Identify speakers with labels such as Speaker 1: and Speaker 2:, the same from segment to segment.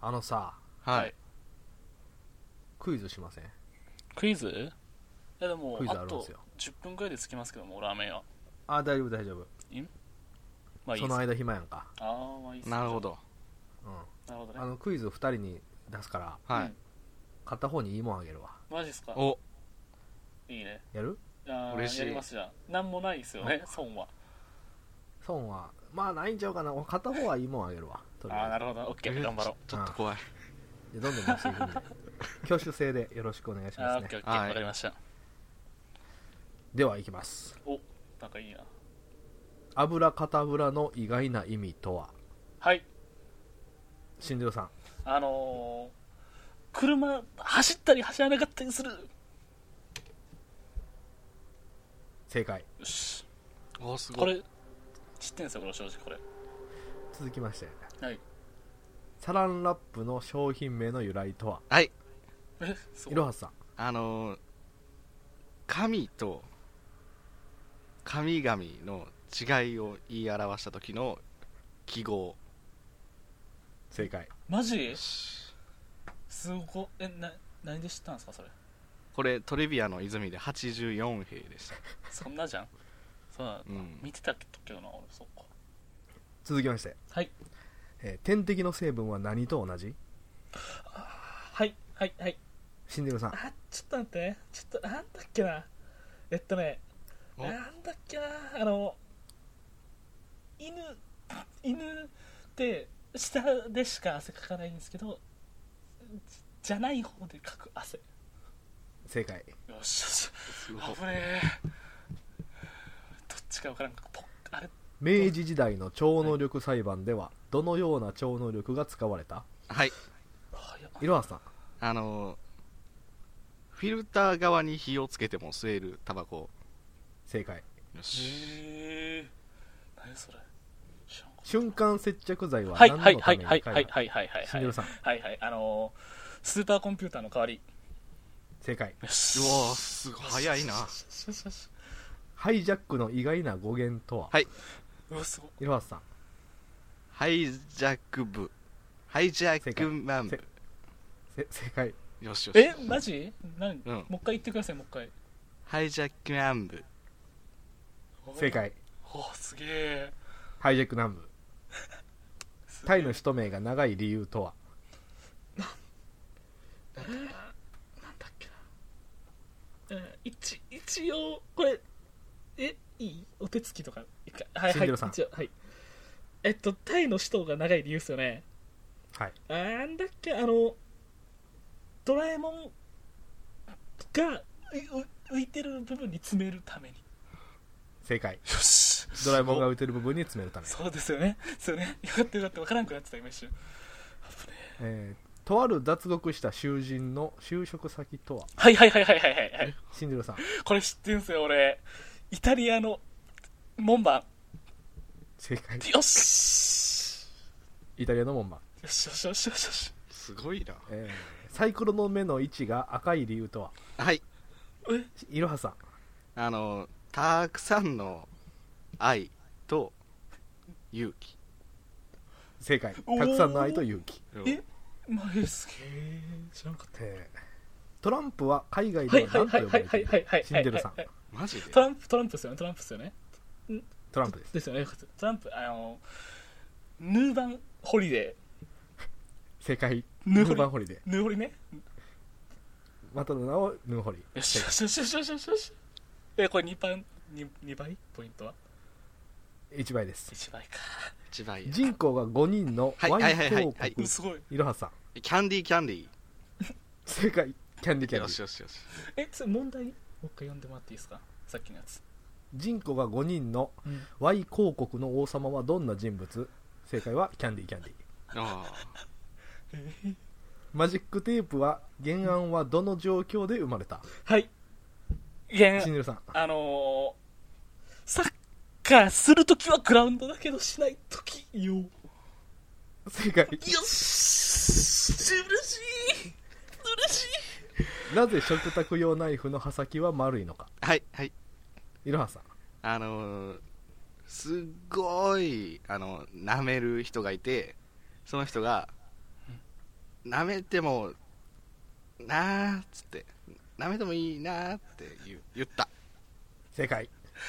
Speaker 1: あのさ、
Speaker 2: はい。
Speaker 1: クイズしません
Speaker 2: クイズいやでも
Speaker 1: クイズある
Speaker 2: あ
Speaker 1: んで
Speaker 2: と
Speaker 1: すよ
Speaker 2: 10分くらいで着きますけどもラーメン屋
Speaker 1: あ、大丈夫大丈夫。
Speaker 2: まあいい
Speaker 1: そ
Speaker 2: です
Speaker 1: の
Speaker 2: あ
Speaker 1: 間暇やんか。
Speaker 2: あーまあいいです
Speaker 3: なるほど。
Speaker 1: う
Speaker 2: なるほ
Speaker 1: ん。
Speaker 2: ど
Speaker 1: あ
Speaker 2: ね
Speaker 1: の、クイズ2人に出すから、
Speaker 3: は
Speaker 2: う
Speaker 3: い
Speaker 2: ん。
Speaker 1: 片方にいいもんあげるわ。
Speaker 2: マジですか
Speaker 3: お、
Speaker 2: いいね
Speaker 1: やる
Speaker 2: あー
Speaker 3: 嬉しい
Speaker 2: やりますじゃんなんもないですよね損は
Speaker 1: 損は、まあないんちゃうかな。片方はいいもんあげるわ。とり
Speaker 2: ああー
Speaker 1: あ
Speaker 2: なるほどオッケー頑張ろう
Speaker 3: ちょっと怖い。
Speaker 1: えず。でどんどん出してい くんで。挙手制でよろしくお願いし
Speaker 2: あ
Speaker 1: ま
Speaker 2: ーオ
Speaker 1: す
Speaker 2: ッケー
Speaker 1: ね。
Speaker 2: オッケー
Speaker 3: はい
Speaker 2: わかりました
Speaker 1: では、いきます。
Speaker 2: おなんかいいな
Speaker 1: 油片油の意外な意味とは
Speaker 2: はい
Speaker 1: 新庄さん。
Speaker 2: あのー、車走ったり走らなかったりするよ
Speaker 1: 正解。
Speaker 2: し
Speaker 3: お、すごい。
Speaker 2: これ知ってんすよこれ正直これ
Speaker 1: 続きまして。
Speaker 2: はい
Speaker 1: サランラップの商品名の由来とは
Speaker 3: はい。
Speaker 2: えす
Speaker 1: い
Speaker 2: ご
Speaker 1: ろ
Speaker 2: い
Speaker 1: はさん。
Speaker 3: あのー、神と神々の違いを言い表した時の記号。
Speaker 1: 正解。
Speaker 2: マジすごいえな何で知ったんですかそれ
Speaker 3: これトレビアの泉で84兵でした。
Speaker 2: そんなじゃんそうなんだ
Speaker 3: うん
Speaker 2: 見てたけどな俺そっか
Speaker 1: 続きまして。
Speaker 2: はい
Speaker 1: えー天敵の成分は何と同じ
Speaker 2: はいはいはい
Speaker 1: シンデレラさん
Speaker 2: あちょっと待ってねちょっとなんだっけなえっとね
Speaker 3: お
Speaker 2: なんだっけなあの犬犬って下でしか汗かかないんですけどじじゃない方でかく汗よ
Speaker 1: 正解
Speaker 2: しよし
Speaker 3: すごい。
Speaker 2: 危ねえどっちか分からんかポッあれ
Speaker 1: 明治時代の超能力裁判ではどのような超能力が使われた
Speaker 3: はい。
Speaker 2: あやば
Speaker 1: いろはさん
Speaker 3: あのー、フィルター側に火をつけても吸えるタバコ。
Speaker 1: 正解
Speaker 3: よし。
Speaker 2: へえ何それ知らんかった
Speaker 1: 瞬間接着剤は
Speaker 2: はい
Speaker 1: 何
Speaker 2: はい
Speaker 1: の
Speaker 2: は
Speaker 1: た
Speaker 2: い
Speaker 1: めに
Speaker 2: はい
Speaker 1: 開
Speaker 2: はい
Speaker 1: 発
Speaker 2: はいはいはい
Speaker 1: シ
Speaker 2: は
Speaker 1: ンデ
Speaker 2: い
Speaker 1: レラさん
Speaker 2: はいはいあのースーパーコンピューターの代わり
Speaker 1: 正解
Speaker 2: よ
Speaker 3: う
Speaker 2: し
Speaker 3: わーすごい。早いな。
Speaker 1: ハイジャックの意外な語源とは
Speaker 3: はいう
Speaker 2: わすごいう
Speaker 1: いろはさん
Speaker 3: ハイジャック部。ハイジャックマン
Speaker 1: 正
Speaker 3: 部
Speaker 1: 解。せ正解
Speaker 3: よしよし。
Speaker 2: えマジ何、
Speaker 3: うん
Speaker 2: もう一回言ってくださいもう一回
Speaker 3: ハイジャックマン部。
Speaker 1: 正解
Speaker 2: おーすげえ
Speaker 1: ハイジャック南部
Speaker 2: すげえ
Speaker 1: タイの一名が長い理由とは
Speaker 2: なんだっけなうん一一応これえいいお手つきとかいいかはい
Speaker 1: シンデ
Speaker 2: はい
Speaker 1: レラさん
Speaker 2: 一応はいえっとタイの首都が長い理由っすよね
Speaker 1: はい
Speaker 2: なんだっけあのドラえもんがうう浮いてる部分に詰めるためによ
Speaker 1: 正解
Speaker 2: し
Speaker 1: ドラえもんが浮いてる部分に詰めるため、
Speaker 2: そうですよねそうねよかったよかった分からんくなってた今一瞬
Speaker 1: えーとある脱獄した囚人の就職先とは
Speaker 2: はいはいはいはいはいはいはい
Speaker 1: シンデレラさん
Speaker 2: これ知ってんすよ俺イタリアの門番
Speaker 1: 正解
Speaker 2: よし
Speaker 1: イタリアの門番
Speaker 2: よしよしよしよしよし
Speaker 3: すごいな。
Speaker 1: えーサイコロの目の位置が赤い理由とは
Speaker 3: はい。
Speaker 2: え
Speaker 1: いろはさん
Speaker 3: あの、たくさんの愛と勇気。
Speaker 1: 正解
Speaker 2: おー
Speaker 1: たくさんの愛と勇気、
Speaker 2: えまあえすげえ知らんかっ
Speaker 1: えートランプは海外
Speaker 2: たは
Speaker 1: で
Speaker 2: い
Speaker 1: は
Speaker 2: はい
Speaker 1: 何
Speaker 2: は
Speaker 1: と
Speaker 2: い
Speaker 1: 呼
Speaker 2: は
Speaker 1: ばれている
Speaker 2: いはいはいはい
Speaker 1: シンデレさん
Speaker 2: はいはい
Speaker 3: マジで
Speaker 2: トランプトランプですよねトランプですよね
Speaker 1: トランプです
Speaker 2: ですよねトランプあのヌーバンホリデ
Speaker 1: 正解ヌ
Speaker 2: ヌーホリ
Speaker 1: ーバンホリデー
Speaker 2: ーヌーホリね
Speaker 1: またの名をヌーホリ
Speaker 2: よしよしよしよしよしよしよしえこれ2倍 2, 2倍ポイントは
Speaker 1: 1倍です
Speaker 2: 1倍か
Speaker 3: 一番いい。
Speaker 1: 人口が5人の
Speaker 3: はい
Speaker 1: ワイ
Speaker 3: はいはいはい
Speaker 1: ン
Speaker 3: は
Speaker 1: 帝
Speaker 3: いう
Speaker 1: 国
Speaker 2: んすごい
Speaker 1: いろはさん
Speaker 3: キャンディーキャンディ
Speaker 1: 正解キャンディキ
Speaker 3: ー。
Speaker 1: ャン
Speaker 3: よ
Speaker 1: デ
Speaker 3: し
Speaker 1: ィ
Speaker 3: よしよし。
Speaker 2: えつ問題もう一回読んでもらっていいですかさっきのやつ
Speaker 1: 人口が5人の
Speaker 2: うん
Speaker 1: ワイ公国の王様はどんな人物正解はキャンディキャンディ
Speaker 3: あ
Speaker 1: マジックテープは原案はどの状況で生まれた
Speaker 2: はいい
Speaker 1: シン
Speaker 2: や
Speaker 1: デレさん
Speaker 2: あのー、サッカーするときはグラウンドだけどしないときよよ
Speaker 1: 正解
Speaker 2: し嬉しい嬉しい
Speaker 1: なぜ食卓用ナイフの刃先は丸いのか
Speaker 3: ーはい、はい。
Speaker 1: いろはさん
Speaker 3: あのー、すっごい、あの、舐める人がいて、その人が、舐めてもなーっつって舐めてもいいなーって言う言った
Speaker 1: 正解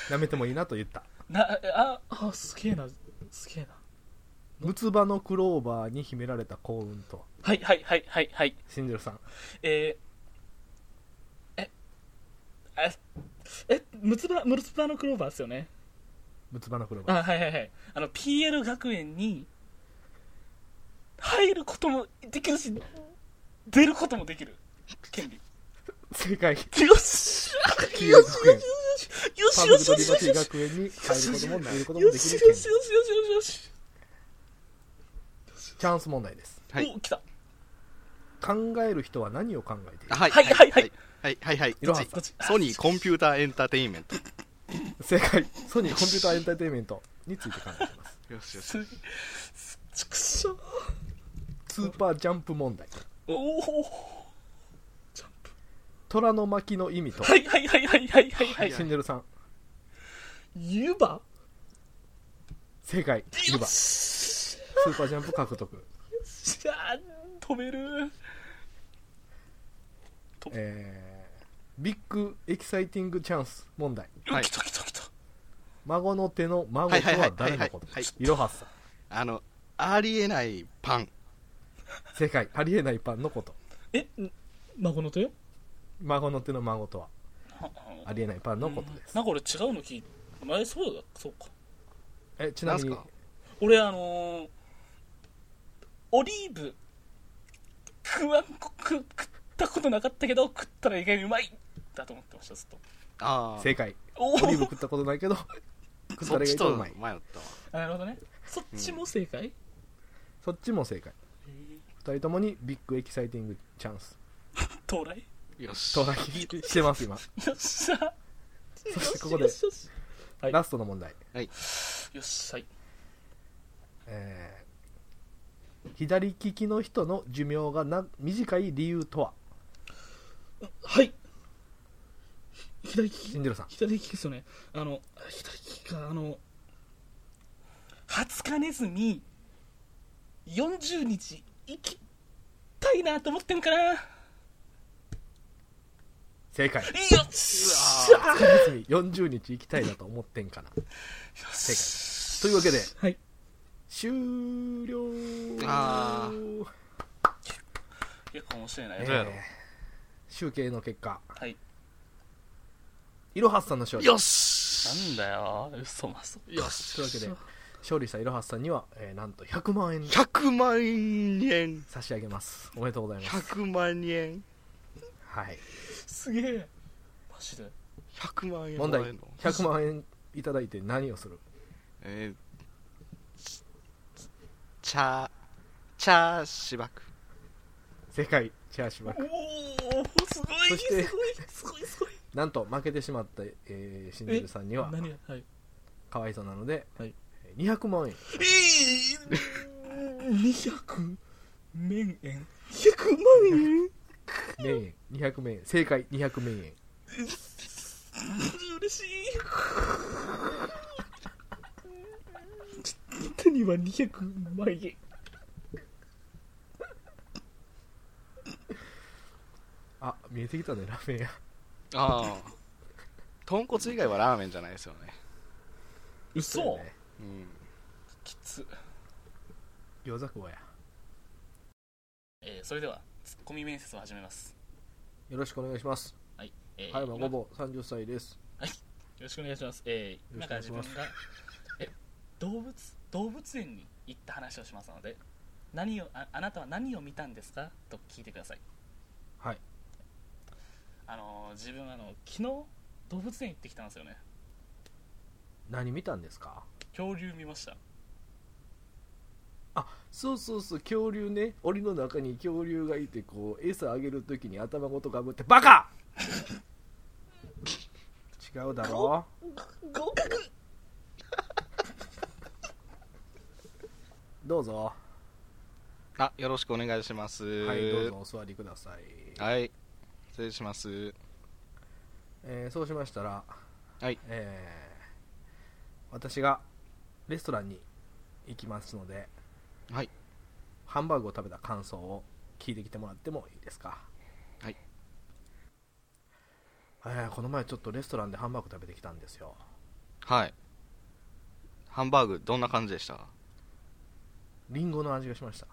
Speaker 1: 舐めてもいいなと言った
Speaker 2: なああすげえなすげえな
Speaker 1: 六つ葉のクローバーに秘められた幸運とは
Speaker 2: はいはいはいはいはい
Speaker 1: 新庄さん
Speaker 2: えー、えええムツバムツバのクローバーですよね
Speaker 1: 六つ葉のクローバー
Speaker 2: あはいはいはいあの PL 学園に入ることもできるし出ることもできる権利
Speaker 1: 正解
Speaker 2: よし
Speaker 1: 園
Speaker 2: よしよしよしよ
Speaker 1: パ
Speaker 2: し
Speaker 1: ブ
Speaker 2: よ
Speaker 1: リと
Speaker 2: しよ
Speaker 1: リ
Speaker 2: し
Speaker 1: バ
Speaker 2: よ
Speaker 1: テ
Speaker 2: し
Speaker 1: ィ
Speaker 2: よし
Speaker 1: 学園に入ることも出ることも
Speaker 2: よ
Speaker 1: でき
Speaker 2: し
Speaker 1: る
Speaker 2: よ
Speaker 1: 権利
Speaker 2: し
Speaker 1: チ
Speaker 2: よしよしよしよし
Speaker 1: ャンス問題です
Speaker 3: はい
Speaker 2: お来た
Speaker 1: 考える人は何を考えている
Speaker 3: あはい
Speaker 2: はいはいはい
Speaker 3: はいはいはい
Speaker 1: いろはさん
Speaker 2: どっち
Speaker 3: ソニーコンピューターエンターテインメント
Speaker 1: 正解ソニーコンピューターエンターテインメントについて考えてます
Speaker 3: よしよし
Speaker 2: すすちくしょう
Speaker 1: スーパージャンプ問題
Speaker 2: おお
Speaker 1: 虎の巻の意味と
Speaker 2: はいはいはいはいはいはいはい
Speaker 1: シンデルさん
Speaker 2: 湯葉
Speaker 1: 正解
Speaker 2: よ
Speaker 1: 2番ス
Speaker 2: し
Speaker 1: ーパージャンプ獲得
Speaker 2: あー止める
Speaker 1: えービッグエキサイティングチャンス問題
Speaker 3: はい
Speaker 2: 来た来た来た
Speaker 1: 孫の手の孫と
Speaker 3: はいはいは
Speaker 1: はい誰のこと
Speaker 3: はいはい
Speaker 1: いろはさん
Speaker 3: あのありえないパン
Speaker 1: 正解ありえないパンのこと
Speaker 2: えん孫の手よ
Speaker 1: 孫の手の孫とはあ
Speaker 2: あ
Speaker 1: りえないパンのことです
Speaker 2: なんか俺違うの聞い前そうだそうか
Speaker 1: えちな
Speaker 3: なん
Speaker 1: み
Speaker 3: す
Speaker 1: に
Speaker 3: か
Speaker 2: 俺あのー、オリーブ食わんこく食ったことなかったけど食ったら意外にうまいだと思ってましたずっと
Speaker 3: あ
Speaker 1: 正解
Speaker 2: お
Speaker 1: オリーブ
Speaker 2: お
Speaker 1: 食ったことないけど 食
Speaker 3: あ
Speaker 1: った
Speaker 3: そ
Speaker 1: ら
Speaker 3: っ
Speaker 1: 意
Speaker 3: ち
Speaker 1: 外と
Speaker 3: と
Speaker 1: う
Speaker 3: 迷
Speaker 1: まい
Speaker 3: ったわ
Speaker 2: なるほどねそっちも正解、
Speaker 1: そっちも正解2人ともにビッグエキサイティングチャンス
Speaker 2: 到来
Speaker 3: よし
Speaker 1: 到来してます今
Speaker 2: よっしゃ
Speaker 1: そしてここで
Speaker 2: よしよしよしはい
Speaker 1: ラストの問題、
Speaker 2: よしはい
Speaker 1: えー左利きの人の寿命がな短い理由とは
Speaker 2: はい左利き
Speaker 1: シンデレさん
Speaker 2: 左利きですよねあの左利きかあのハツカネズミ40日生きたいなと思ってんからよ
Speaker 1: 正解
Speaker 2: っしゃよ
Speaker 1: 夏に40日行きたいなと思ってんかな
Speaker 2: っし
Speaker 1: というわけで
Speaker 2: はい
Speaker 1: 終了
Speaker 3: あ
Speaker 2: 結構面白いな、
Speaker 1: えー
Speaker 3: どうやろう
Speaker 1: 集計の結果
Speaker 2: はい
Speaker 1: いろはさんの勝利
Speaker 3: よし
Speaker 2: なんだよ嘘まそう
Speaker 3: よし
Speaker 1: というわけで勝利したいろはさんには、えーなんと100万円
Speaker 3: 100万円
Speaker 1: 差し上げますおめでとうございます
Speaker 3: 100万円
Speaker 1: はい
Speaker 2: すげえマジで
Speaker 3: 100万円
Speaker 1: 問
Speaker 3: もらえ
Speaker 1: 題
Speaker 3: んの
Speaker 1: 100万円いただいて何をする
Speaker 3: えー、ちゃチャーしばく
Speaker 1: 正解チャーシバ
Speaker 2: お
Speaker 1: ク
Speaker 2: おすご
Speaker 1: そ
Speaker 2: い
Speaker 1: して
Speaker 2: すごいすごいすごい
Speaker 1: なんと負けてしまった、えー、シンデレさんには
Speaker 2: 何はい
Speaker 1: かわいそうなので、
Speaker 2: はい
Speaker 1: えー200万円
Speaker 2: えー、200面円100万円
Speaker 1: 名円200名円正解200名円
Speaker 2: 嬉しい手には200万円
Speaker 1: あ見えてきたねラーメン屋
Speaker 3: ああ豚骨以外はラーメンじゃないですよね
Speaker 2: 嘘
Speaker 1: ね
Speaker 3: うん
Speaker 2: きつ、
Speaker 1: 餃子食おうや
Speaker 2: えー、それではツッコミ面接を始めます
Speaker 1: よろしくお願いします
Speaker 2: はい、えー
Speaker 1: 葉山
Speaker 2: 今
Speaker 1: ごぼ
Speaker 2: よ
Speaker 1: う30歳です
Speaker 2: ろしくお願いしますえー、
Speaker 1: よろ
Speaker 2: 今
Speaker 1: しくお願
Speaker 2: から
Speaker 1: いし
Speaker 2: 自分
Speaker 1: ま
Speaker 2: が
Speaker 1: す
Speaker 2: え動物動物園に行った話をしますので何をああなたは何を見たんですかと聞いてください
Speaker 1: はい
Speaker 2: あのー自分あの昨日動物園行ってきたんですよね
Speaker 1: 何見たんですか
Speaker 2: 恐竜見ました
Speaker 1: そうそうそう恐竜ね檻の中に恐竜がいてこう餌あげるときに頭ごとかぶってバカ違うだろ
Speaker 2: 合格
Speaker 1: どうぞ
Speaker 3: あよろしくお願いします
Speaker 1: はいどうぞお座りください、
Speaker 3: はい失礼します
Speaker 1: えーそうしましたら
Speaker 3: はい
Speaker 1: えー私がレストランに行きますので
Speaker 3: はい
Speaker 1: ハンバーグを食べた感想を聞いてきてもらってもいいですか
Speaker 3: はい、
Speaker 1: えーこの前ちょっとレストランでハンバーグ食べてきたんですよ
Speaker 3: はいハンバーグどんな感じでした
Speaker 1: リンゴの味がしました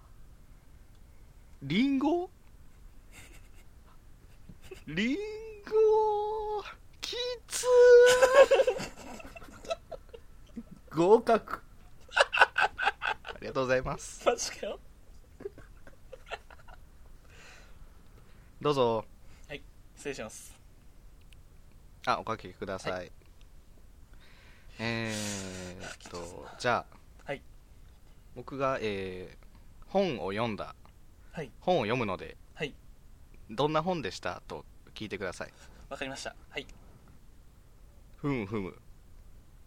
Speaker 3: リンゴ リンゴきつ
Speaker 1: 合格
Speaker 3: ー ありがとうございます
Speaker 2: マジかよ
Speaker 3: どうぞ
Speaker 2: 失礼します
Speaker 3: あおかけください、えーっ とじゃあ、
Speaker 2: はい
Speaker 3: 僕が、えー本を読んだ、
Speaker 2: はい
Speaker 3: 本を読むので、
Speaker 2: はい
Speaker 3: どんな本でしたと聞いてください
Speaker 2: わかりましたはい
Speaker 3: ふむふむ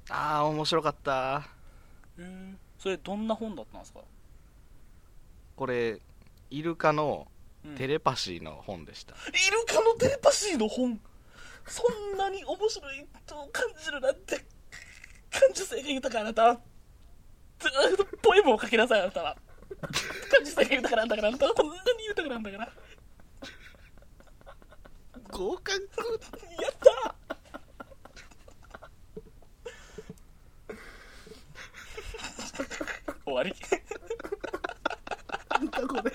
Speaker 3: ああ面白かった
Speaker 2: うんそれどんな本だったんですか、
Speaker 3: これイルカの
Speaker 2: うん
Speaker 3: テレパシーの本でした、
Speaker 2: イルカのテレパシーの本そんなに面白いと感じるなんて感受性が豊かあなたはずーっとポエムを書きなさいあなたは感受性が豊かなんだからあなたはこんなに豊かなんだからや
Speaker 3: 合格
Speaker 2: ったー終わり
Speaker 1: なんだこれ